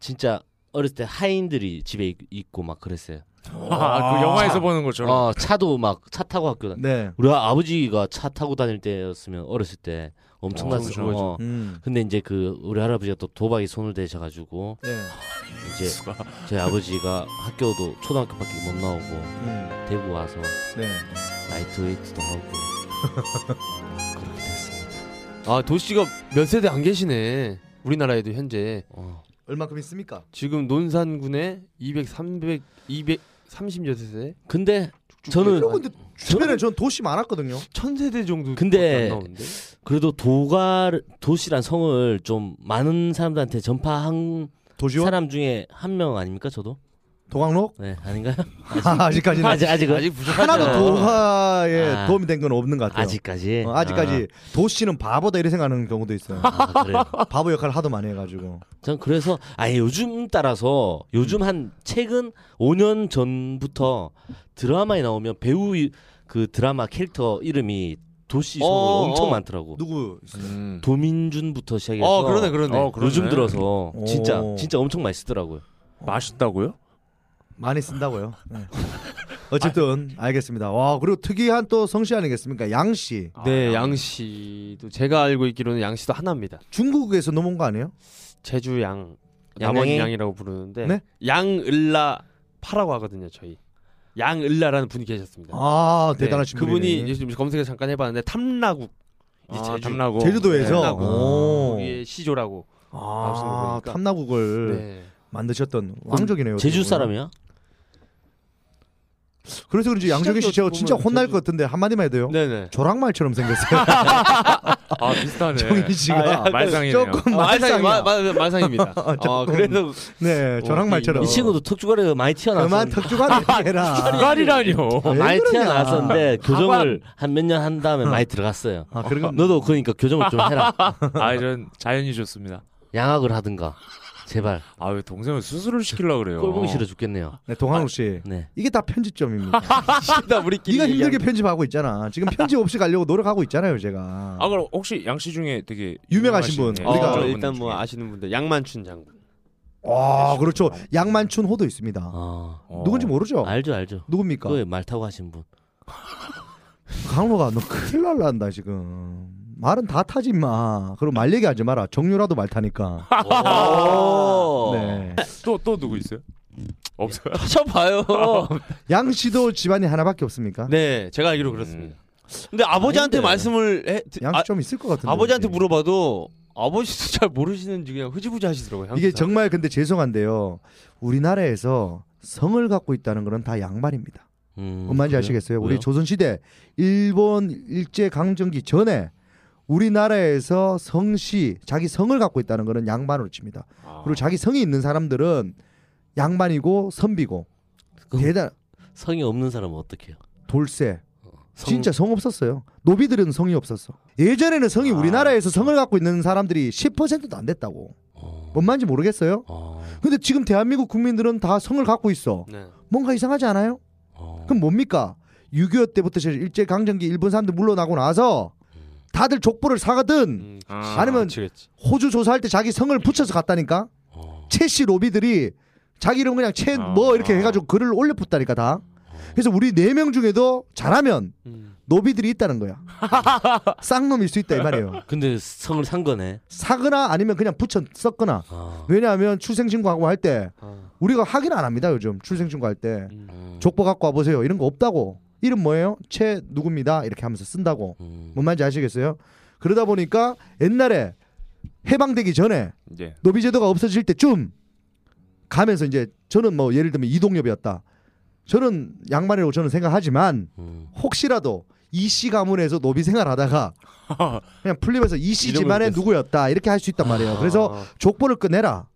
Speaker 3: 진짜 어렸을 때 하인들이 집에 있- 있고 막 그랬어요.
Speaker 4: 아, 그 영화에서 보는 것처럼.
Speaker 3: 어, 차도 막 차 타고 학교 다.
Speaker 2: 네.
Speaker 3: 우리 아버지가 차 타고 다닐 때였으면 어렸을 때 엄청
Speaker 4: 어,
Speaker 3: 났었죠.
Speaker 4: 그렇죠.
Speaker 3: 어.
Speaker 2: 음.
Speaker 3: 근데 이제 그 우리 할아버지가 또 도박에 손을 대셔가지고
Speaker 2: 네.
Speaker 3: 이제 저희 아버지가 학교도 초등학교밖에 못 나오고
Speaker 2: 음.
Speaker 3: 대구 와서
Speaker 2: 네.
Speaker 3: 나이트웨이트도 하고 그렇게 됐습니다.
Speaker 6: 아, 도시가 몇 세대 안 계시네. 우리나라에도 현재
Speaker 3: 어.
Speaker 2: 얼마큼 있습니까?
Speaker 6: 지금 논산군에 200, 300, 200 36세,
Speaker 3: 근데 저는
Speaker 2: 그리고 근데 주변에 전 도시 많았거든요.
Speaker 6: 1000세대 정도
Speaker 3: 근데
Speaker 6: 안 나오는데.
Speaker 3: 그래도 도가 도시란 성을 좀 많은 사람들한테 전파한
Speaker 2: 도시원?
Speaker 3: 사람 중에 한 명 아닙니까 저도?
Speaker 2: 도광록?
Speaker 3: 네 아닌가요?
Speaker 2: 아, 아직까지는
Speaker 3: 아직 아직은
Speaker 6: 아직 부족하죠.
Speaker 2: 하나도 도가에
Speaker 3: 아.
Speaker 2: 도움이 된 건 없는 것 같아요.
Speaker 3: 아직까지
Speaker 2: 어, 아직까지 도시는 바보다 이래 생각하는 경우도 있어요.
Speaker 3: 아, 아, 그래요.
Speaker 2: 바보 역할을 하도 많이 해가지고.
Speaker 3: 전 그래서 아예 요즘 따라서 요즘 한 최근 5년 전부터 드라마에 나오면 배우 이- 그 드라마 캐릭터 이름이 도시 성우
Speaker 6: 어,
Speaker 3: 엄청
Speaker 6: 어.
Speaker 3: 많더라고.
Speaker 2: 누구?
Speaker 4: 음.
Speaker 3: 도민준부터 시작해서
Speaker 6: 어, 그러네, 그러네.
Speaker 4: 어, 그러네.
Speaker 3: 요즘 들어서
Speaker 2: 오.
Speaker 3: 진짜 진짜 엄청 많이 쓰더라고요.
Speaker 4: 맛있다고요?
Speaker 2: 많이 쓴다고요. 네. 어쨌든 알겠습니다. 와 그리고 특이한 또 성씨 아니겠습니까? 양씨
Speaker 6: 네, 양 씨도 제가 알고 있기로는 양 씨도 하나입니다.
Speaker 2: 중국에서 넘어온 거 아니에요?
Speaker 6: 제주 양,
Speaker 3: 양양이?
Speaker 6: 남원 양이라고 부르는데
Speaker 2: 네?
Speaker 6: 양을라 파라고 하거든요, 저희. 양을라라는 분이 계셨습니다.
Speaker 2: 아 대단하신
Speaker 6: 네. 그분이
Speaker 2: 분이네.
Speaker 6: 이제 좀 검색을 잠깐 해봤는데 탐라국 이
Speaker 4: 아,
Speaker 6: 제주
Speaker 4: 담나고.
Speaker 2: 제주도에서
Speaker 6: 탐나국.
Speaker 2: 오.
Speaker 6: 거기에 시조라고. 나오신 거
Speaker 2: 아,
Speaker 6: 보니까.
Speaker 2: 탐나국을
Speaker 6: 네.
Speaker 2: 만드셨던 왕족이네요.
Speaker 3: 제주
Speaker 2: 어떻게 보면.
Speaker 3: 사람이야?
Speaker 2: 그래서 그런지 양정희 씨
Speaker 6: 시작이
Speaker 2: 제가
Speaker 6: 어떻게
Speaker 2: 진짜
Speaker 6: 보면
Speaker 2: 혼날
Speaker 6: 제주-
Speaker 2: 것 같은데 한마디만 해도요.
Speaker 6: 네네.
Speaker 2: 조랑말처럼 생겼어요.
Speaker 4: 아, 비슷하네.
Speaker 2: 정희 씨가
Speaker 4: 아, 말상이네요.
Speaker 2: 조금 말상이야.
Speaker 6: 마, 마, 말상입니다. 어,
Speaker 2: 조금.
Speaker 6: 그래서
Speaker 2: 네, 저랑
Speaker 6: 이-
Speaker 2: 말처럼.
Speaker 3: 이 친구도 턱주가리가 많이 튀어나왔어. 어,
Speaker 2: 그만 턱주가 되라.
Speaker 4: 말이라뇨.
Speaker 2: 왜
Speaker 3: 많이
Speaker 2: 그러냐.
Speaker 3: 튀어나왔었는데 교정을 한 몇 년 한 다음에 많이 들어갔어요.
Speaker 2: 아, 그런 건
Speaker 3: 너도 그러니까 교정을 좀 해라.
Speaker 4: 아, 전 자연이 좋습니다.
Speaker 3: 양악을 하든가. 제발.
Speaker 4: 아, 왜 동생을 수술을 시키려 그래요?
Speaker 3: 꼴보기 싫어 죽겠네요.
Speaker 2: 네, 동한욱 씨.
Speaker 3: 네.
Speaker 2: 이게 다 편집점입니다.
Speaker 6: 나 우리끼리
Speaker 2: 네가 힘들게
Speaker 6: 얘기하는-
Speaker 2: 편집하고 있잖아. 지금 편집 없이 가려고 노력하고 있잖아요, 제가.
Speaker 4: 아, 그럼 혹시 양 씨 중에 되게
Speaker 2: 유명하신 분,
Speaker 4: 예,
Speaker 2: 우리가-
Speaker 4: 유명하신
Speaker 6: 어,
Speaker 4: 분
Speaker 6: 일단 뭐
Speaker 4: 중에.
Speaker 6: 아시는 분들 양만춘 장군.
Speaker 2: 아, 그렇죠. 양만춘 호도 있습니다.
Speaker 3: 어.
Speaker 4: 어.
Speaker 2: 누군지 모르죠?
Speaker 6: 아,
Speaker 3: 알죠, 알죠.
Speaker 2: 누굽니까?
Speaker 3: 그거에 말 타고 하신 분.
Speaker 2: 강호가 너 큰일 날란다 지금. 말은 다 타지 마. 그리고 말 얘기하지 마라. 정유라도 말 타니까.
Speaker 6: 아,
Speaker 2: 어.
Speaker 6: 어.
Speaker 3: 어.
Speaker 2: 네.
Speaker 4: 또, 또 누구 있어요? 없어요?
Speaker 6: 쳐봐요.
Speaker 2: 양 씨도 집안이 하나밖에 없습니까?
Speaker 6: 네, 제가 알기로 그렇습니다. 근데 아버지한테 말씀을 해, 드-
Speaker 2: 양씨
Speaker 6: 아,
Speaker 2: 좀 있을 것 같은데. 네.
Speaker 6: 아버지한테 물어봐도 아버지도 잘 모르시는지 그냥 흐지부지 하시더라고요. 항상.
Speaker 2: 이게 정말 근데 죄송한데요. 우리나라에서 성을 갖고 있다는 거는 다 양반입니다.
Speaker 3: 음,
Speaker 2: 뭔 말인지
Speaker 3: 그래요?
Speaker 2: 아시겠어요?
Speaker 3: 왜요?
Speaker 2: 우리 조선 시대 일본 일제 강점기 전에 우리나라에서 성씨 자기 성을 갖고 있다는 거는 양반으로 칩니다.
Speaker 3: 아.
Speaker 2: 그리고 자기 성이 있는 사람들은 양반이고 선비고
Speaker 3: 그럼
Speaker 2: 대단
Speaker 3: 성이 없는 사람은 어떡해요?
Speaker 2: 돌쇠
Speaker 3: 성-
Speaker 2: 진짜 성 없었어요. 노비들은 성이 없었어. 예전에는 성이
Speaker 4: 아.
Speaker 2: 우리나라에서
Speaker 3: 그렇죠.
Speaker 2: 성을 갖고 있는 사람들이 10%도 안 됐다고.
Speaker 3: 어.
Speaker 2: 뭔 말인지 모르겠어요.
Speaker 3: 어.
Speaker 2: 근데 지금 대한민국 국민들은 다 성을 갖고 있어.
Speaker 6: 네.
Speaker 2: 뭔가 이상하지 않아요?
Speaker 3: 어.
Speaker 2: 그럼 뭡니까? 6.25 때부터 일제 강점기 일본 사람들 물러나고 나서 다들 족보를 사가든
Speaker 6: 음,
Speaker 4: 아,
Speaker 2: 아니면
Speaker 6: 그치, 그치.
Speaker 2: 호주 조사할 때 자기 성을 붙여서 갔다니까.
Speaker 3: 어.
Speaker 2: 채씨 로비들이 자기 이름 그냥 채 뭐
Speaker 4: 아.
Speaker 2: 이렇게 해가지고 글을 올려 붙다니까 다. 그래서 우리 네 명 중에도 잘하면
Speaker 6: 음.
Speaker 2: 노비들이 있다는 거야. 쌍놈일 수 있다 이 말이에요.
Speaker 3: 어. 근데 성을 산 거네.
Speaker 2: 사거나 아니면 그냥 붙여 썼거나.
Speaker 3: 아.
Speaker 2: 왜냐하면 출생신고하고 할 때
Speaker 6: 아,
Speaker 2: 우리가 확인 안 합니다 요즘 출생신고 할 때
Speaker 6: 음.
Speaker 3: 음.
Speaker 2: 족보 갖고 와보세요 이런 거 없다고 이름 뭐예요? 채 누굽니다 이렇게 하면서 쓴다고
Speaker 3: 음.
Speaker 2: 뭔 말인지 아시겠어요? 그러다 보니까 옛날에 해방되기 전에
Speaker 4: 이제
Speaker 2: 노비제도가 없어질 때쯤 가면서 이제 저는 뭐 예를 들면 이동엽이었다. 저는 양반이라고 저는 생각하지만
Speaker 3: 음.
Speaker 2: 혹시라도 이씨 가문에서 노비 생활하다가 그냥 풀립해서 이씨 집안의
Speaker 3: 이름을
Speaker 2: 누구였다 이렇게 할 수 있단 말이에요. 그래서
Speaker 6: 아.
Speaker 2: 족보를 꺼내라.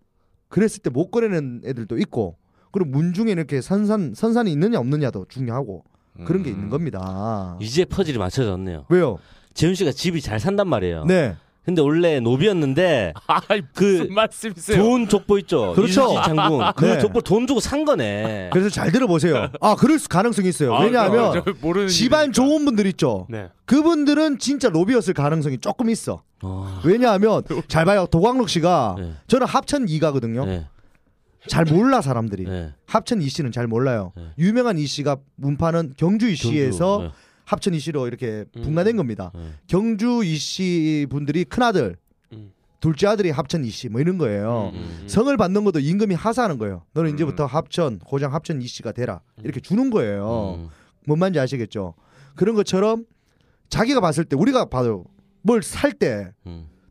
Speaker 2: 그랬을 때 못 꺼내는 애들도 있고 그리고 문중에 이렇게 선산 선산이 있느냐 없느냐도 중요하고 그런 게 있는 겁니다.
Speaker 3: 이제 퍼즐이 맞춰졌네요.
Speaker 2: 왜요?
Speaker 3: 재훈 씨가 집이 잘 산단 말이에요.
Speaker 2: 네.
Speaker 3: 근데 원래 노비였는데
Speaker 4: 아이
Speaker 3: 그
Speaker 4: 무슨 말씀이세요?
Speaker 3: 돈 족보 있죠.
Speaker 2: 그렇죠.
Speaker 3: 유지 장군. 그
Speaker 2: 네.
Speaker 3: 족보 돈 주고 산 거네.
Speaker 2: 그래서 잘 들어보세요. 아 그럴 수- 가능성이 있어요.
Speaker 4: 아,
Speaker 2: 왜냐하면
Speaker 4: 저 모르는
Speaker 2: 집안
Speaker 4: 일이니까.
Speaker 2: 좋은 분들 있죠.
Speaker 6: 네.
Speaker 2: 그분들은 진짜 로비였을 가능성이 조금 있어.
Speaker 3: 어.
Speaker 2: 왜냐하면 잘 봐요. 도광록 씨가
Speaker 3: 네.
Speaker 2: 저는 합천 2가거든요.
Speaker 3: 네.
Speaker 2: 잘 몰라 사람들이.
Speaker 3: 네.
Speaker 2: 합천 이 씨는 잘 몰라요.
Speaker 3: 네.
Speaker 2: 유명한 이 씨가 문파는 경주 이 씨에서
Speaker 3: 경주,
Speaker 2: 합천 이 씨로 이렇게 분가된 겁니다.
Speaker 3: 네.
Speaker 2: 경주 이 씨 분들이 큰 아들,
Speaker 6: 음.
Speaker 2: 둘째 아들이 합천 이 씨 뭐 이런 거예요.
Speaker 6: 음.
Speaker 2: 성을 받는 것도 임금이 하사하는 거예요. 너는 이제부터 합천 고장 합천 이 씨가 되라 이렇게 주는 거예요.
Speaker 3: 음.
Speaker 2: 뭔 말인지 아시겠죠? 그런 것처럼 자기가 봤을 때 우리가 봐도 뭘 살 때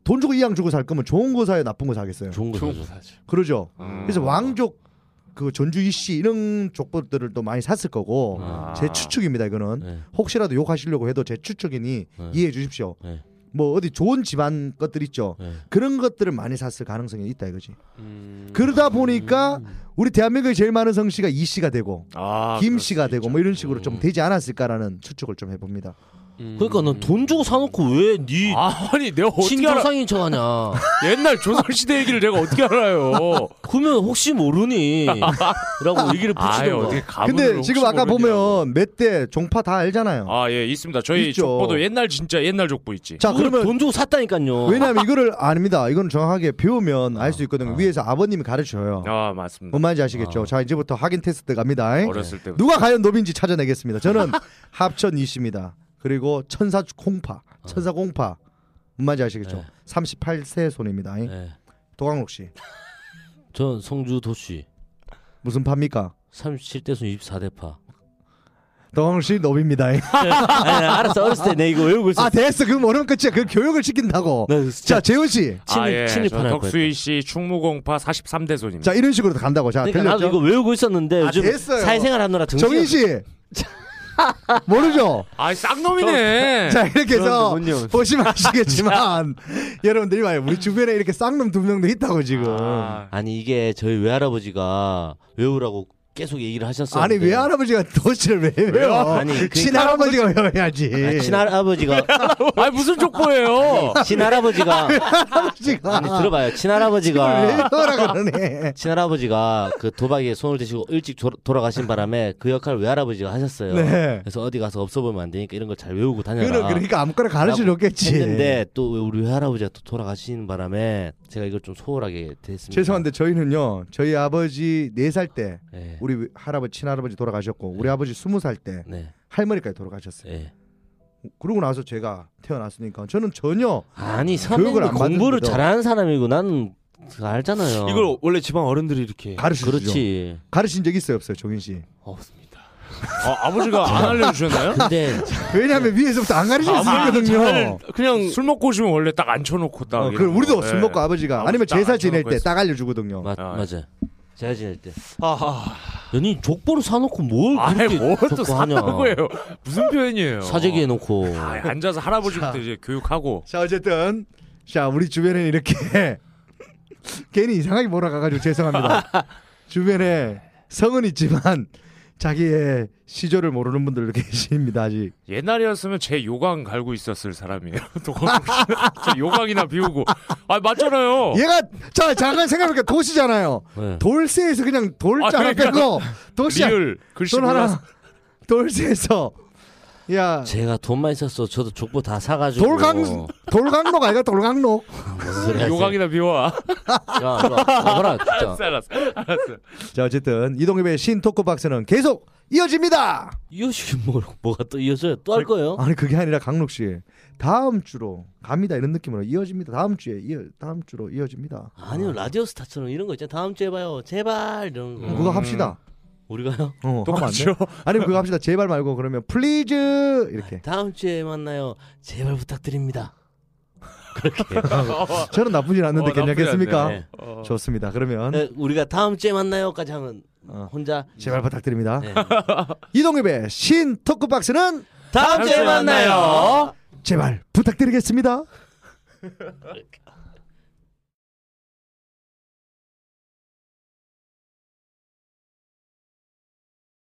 Speaker 2: 돈
Speaker 3: 음.
Speaker 2: 주고 이양 주고 살 거면 좋은 거 사요, 나쁜 거 사겠어요.
Speaker 3: 좋은 거
Speaker 6: 그렇죠,
Speaker 4: 좋은 거
Speaker 3: 사죠.
Speaker 4: 사죠.
Speaker 2: 그러죠.
Speaker 4: 음.
Speaker 2: 그래서 왕족 그 전주 이씨 이런 족보들을 또 많이 샀을 거고
Speaker 3: 아.
Speaker 2: 제 추측입니다. 이거는
Speaker 3: 네.
Speaker 2: 혹시라도 욕하시려고 해도 제 추측이니
Speaker 3: 네.
Speaker 2: 이해해 주십시오.
Speaker 3: 네.
Speaker 2: 뭐 어디 좋은 집안 것들 있죠.
Speaker 3: 네.
Speaker 4: 음.
Speaker 2: 그런 것들을 많이 샀을 가능성이 있다 이거지.
Speaker 6: 음.
Speaker 2: 그러다 보니까 우리 대한민국에 제일 많은 성씨가 이씨가 되고
Speaker 4: 아,
Speaker 2: 김씨가 되고 뭐 이런 식으로 좀 되지 않았을까라는 추측을 좀 해봅니다.
Speaker 6: 음.
Speaker 3: 그러니까 넌 돈 주고 사놓고 왜네
Speaker 4: 아, 아니 내가 어떻게 알아?
Speaker 3: 친조상인 척하냐?
Speaker 4: 옛날 조선시대 얘기를 내가 어떻게 알아요?
Speaker 3: 그러면 혹시 모르니? 라고 얘기를
Speaker 4: 아예
Speaker 3: 붙이던가.
Speaker 4: 어떻게 가문을
Speaker 2: 근데
Speaker 4: 혹시
Speaker 2: 지금 아까
Speaker 4: 모르냐고.
Speaker 2: 보면 몇 대 종파 다 알잖아요.
Speaker 4: 아 예 있습니다. 저희
Speaker 2: 있죠.
Speaker 4: 족보도 옛날 진짜 옛날 족보 있지.
Speaker 2: 자
Speaker 3: 그걸
Speaker 2: 그러면
Speaker 3: 돈 주고 샀다니까요.
Speaker 2: 왜냐하면 이거를 아닙니다. 이건 정확하게 배우면 알 수 있거든요. 위에서 아버님이 가르쳐요.
Speaker 4: 아 맞습니다.
Speaker 2: 뭔 말인지 아시겠죠? 자 이제부터 확인 테스트 갑니다.
Speaker 4: 어렸을
Speaker 3: 네.
Speaker 4: 때부터.
Speaker 2: 누가 과연 노비인지 찾아내겠습니다. 저는 합천 이씨입니다. 그리고 천사 공파, 천사 공파. 뭔 말인지 아시겠죠?
Speaker 3: 어. 네.
Speaker 2: 38세 손입니다.
Speaker 3: 네.
Speaker 2: 도광록 씨
Speaker 3: 전 성주 도시
Speaker 2: 무슨 파입니까?
Speaker 3: 37대 순 24대 파.
Speaker 2: 도광록 씨 노비입니다.
Speaker 3: 아니, 알았어 어렸을 때 내 이거 외우고 있었어.
Speaker 2: 아 됐어. 그럼 오늘 끝이야. 그 교육을 시킨다고.
Speaker 3: 나
Speaker 2: 자
Speaker 3: 진짜
Speaker 2: 재훈 씨.
Speaker 4: 아,
Speaker 3: 친일-
Speaker 4: 예.
Speaker 3: 친일파라고
Speaker 4: 저
Speaker 3: 할
Speaker 4: 덕수이 씨 충무공파 43대 손입니다.
Speaker 2: 자 이런 식으로 간다고. 자
Speaker 3: 그러니까 나도
Speaker 2: 들렸죠?
Speaker 3: 이거 외우고 있었는데
Speaker 2: 아,
Speaker 3: 요즘
Speaker 2: 됐어요.
Speaker 3: 사회생활 하느라 등신.
Speaker 2: 정인 씨. 모르죠?
Speaker 4: 아 쌍놈이네.
Speaker 2: 자 이렇게 해서
Speaker 6: 그런데 뭔요?
Speaker 2: 보시면 아시겠지만 여러분들이 봐요 우리 주변에 이렇게 쌍놈 두 명도 있다고 지금
Speaker 4: 아,
Speaker 3: 아니 이게 저희 외할아버지가 외우라고 계속 얘기를 하셨어.
Speaker 2: 아니 왜 할아버지가 도시를 왜 왜요?
Speaker 3: 아니, 그러니까-
Speaker 2: 친할아버지가 외워야지
Speaker 3: 친할아버지가
Speaker 4: 아니, 무슨 족보예요?
Speaker 3: 친할아버지가
Speaker 2: 할아버지가
Speaker 3: 아니 들어봐요.
Speaker 2: 왜
Speaker 3: 친할아버지가
Speaker 2: 외워라 그러네
Speaker 3: 친할아버지가 그 도박에 손을 대시고 일찍 조- 돌아가신 바람에 그 역할을 외할아버지가 하셨어요.
Speaker 2: 네
Speaker 3: 그래서 어디 가서 없어 보면 안 되니까 이런 걸 잘
Speaker 2: 그러,
Speaker 3: 외우고 다녀라.
Speaker 2: 그러니까 아무거나 가르치려 없겠지
Speaker 3: 했는데 또 우리 할아버지가 또 돌아가신 바람에 제가 이걸 좀 소홀하게 됐습니다.
Speaker 2: 죄송한데 저희는요 저희 아버지 네 살 때
Speaker 3: 네.
Speaker 2: 우리 할아버지 친할아버지 돌아가셨고 우리 아버지 스무 살 때
Speaker 3: 네.
Speaker 2: 할머니까지 돌아가셨어요
Speaker 4: 예.
Speaker 3: 네.
Speaker 2: 그러고 나서 제가 태어났으니까 저는 전혀
Speaker 3: 아니
Speaker 2: 교육을
Speaker 3: 선배님
Speaker 2: 안
Speaker 3: 공부를
Speaker 2: 받는데도.
Speaker 3: 잘하는 사람이고 나는 그거 알잖아요.
Speaker 6: 이걸 원래 지방 어른들이 이렇게
Speaker 2: 가르치죠
Speaker 3: 네, 그렇지.
Speaker 2: 가르친 적 있어요 없어요 종인 씨
Speaker 6: 없습니다.
Speaker 4: 아, 아버지가 안 알려주셨나요?
Speaker 2: 그
Speaker 3: 근데
Speaker 2: 왜냐하면 위에서부터 안 가르쳐 주거든요.
Speaker 6: 그냥
Speaker 4: 술 먹고 오시면 원래 딱 앉혀놓고 딱.
Speaker 2: 어,
Speaker 4: 이런
Speaker 2: 그 우리도
Speaker 4: 거.
Speaker 2: 술
Speaker 4: 예.
Speaker 2: 먹고 아버지가
Speaker 4: 아버지
Speaker 2: 아니면
Speaker 4: 딱
Speaker 2: 제사
Speaker 4: 앉혀놓고
Speaker 2: 지낼 때
Speaker 4: 했어요.
Speaker 2: 딱 알려주거든요.
Speaker 3: 맞,
Speaker 4: 아.
Speaker 3: 맞아. 제가 지낼 때.
Speaker 6: 아,
Speaker 3: 연인 족보를 사놓고 뭘
Speaker 4: 아니 뭐
Speaker 3: 그렇게
Speaker 4: 뭘또
Speaker 3: 족보 하냐.
Speaker 4: 사고예요? 무슨 표현이에요?
Speaker 3: 사재기 해놓고.
Speaker 4: 아, 앉아서 할아버지부터
Speaker 2: 자.
Speaker 4: 이제 교육하고.
Speaker 2: 자 어쨌든 자 우리 주변에 이렇게 괜히 이상하게 몰아가가지고 죄송합니다. 주변에 성은 있지만 자기의 시조를 모르는 분들도 계십니다 아직.
Speaker 4: 옛날이었으면 제 요강 갈고 있었을 사람이에요. 또 제 요강이나 비우고. 아 맞잖아요.
Speaker 2: 얘가 자 잠깐 생각해보니까 도시잖아요.
Speaker 4: 예.
Speaker 3: 네.
Speaker 2: 돌쇠에서 그냥 돌자 하나
Speaker 4: 음. 아, 그러니까.
Speaker 2: 빼고 도시
Speaker 4: 리을 글씨
Speaker 2: 돌 하나
Speaker 4: 몰라서.
Speaker 2: 돌쇠에서 야
Speaker 3: 제가 돈만 있었어. 저도 족보 다 사가지고.
Speaker 4: 어.
Speaker 2: 돌강 돌강록 아이가 돌강록.
Speaker 3: 무슨 소리 하세요?
Speaker 4: 요강이나 비워.
Speaker 3: 야, 이거 먹어라 진짜.
Speaker 4: 알았어 알았어 알았어.
Speaker 2: 자 어쨌든 이동엽의 신 토크 박스는 계속 이어집니다.
Speaker 3: 이어지긴 뭐, 뭐가 또 이어져요? 또 할 거예요?
Speaker 2: 아니 그게 아니라 강록 씨 다음 주로 갑니다 이런 느낌으로 이어집니다. 다음 주에 이어 다음 주로 이어집니다.
Speaker 3: 아니요 라디오스타처럼 이런 거 있잖아. 다음 주에 봐요. 제발 이런 거.
Speaker 2: 어,
Speaker 4: 음.
Speaker 2: 그거 합시다.
Speaker 3: 우리가요?
Speaker 2: 어,
Speaker 4: 똑같죠.
Speaker 2: 하면 안 돼? 아니면 그거 합시다. 제발 말고 그러면 플리즈 이렇게.
Speaker 3: 아, 다음 주에 만나요. 제발 부탁드립니다. 네.
Speaker 2: 저는 나쁘진 않는데
Speaker 3: 아,
Speaker 4: 어, 나쁘지
Speaker 2: 괜찮겠습니까?
Speaker 4: 않네. 어.
Speaker 3: 음.
Speaker 2: 좋습니다. 그러면
Speaker 3: 네, 우리가 다음 주에 만나요까지 하면 어, 혼자
Speaker 2: 제발 부탁드립니다.
Speaker 3: 네.
Speaker 2: 이동엽의 신 토크박스는
Speaker 3: 다음 주에 만나요.
Speaker 2: 제발 부탁드리겠습니다.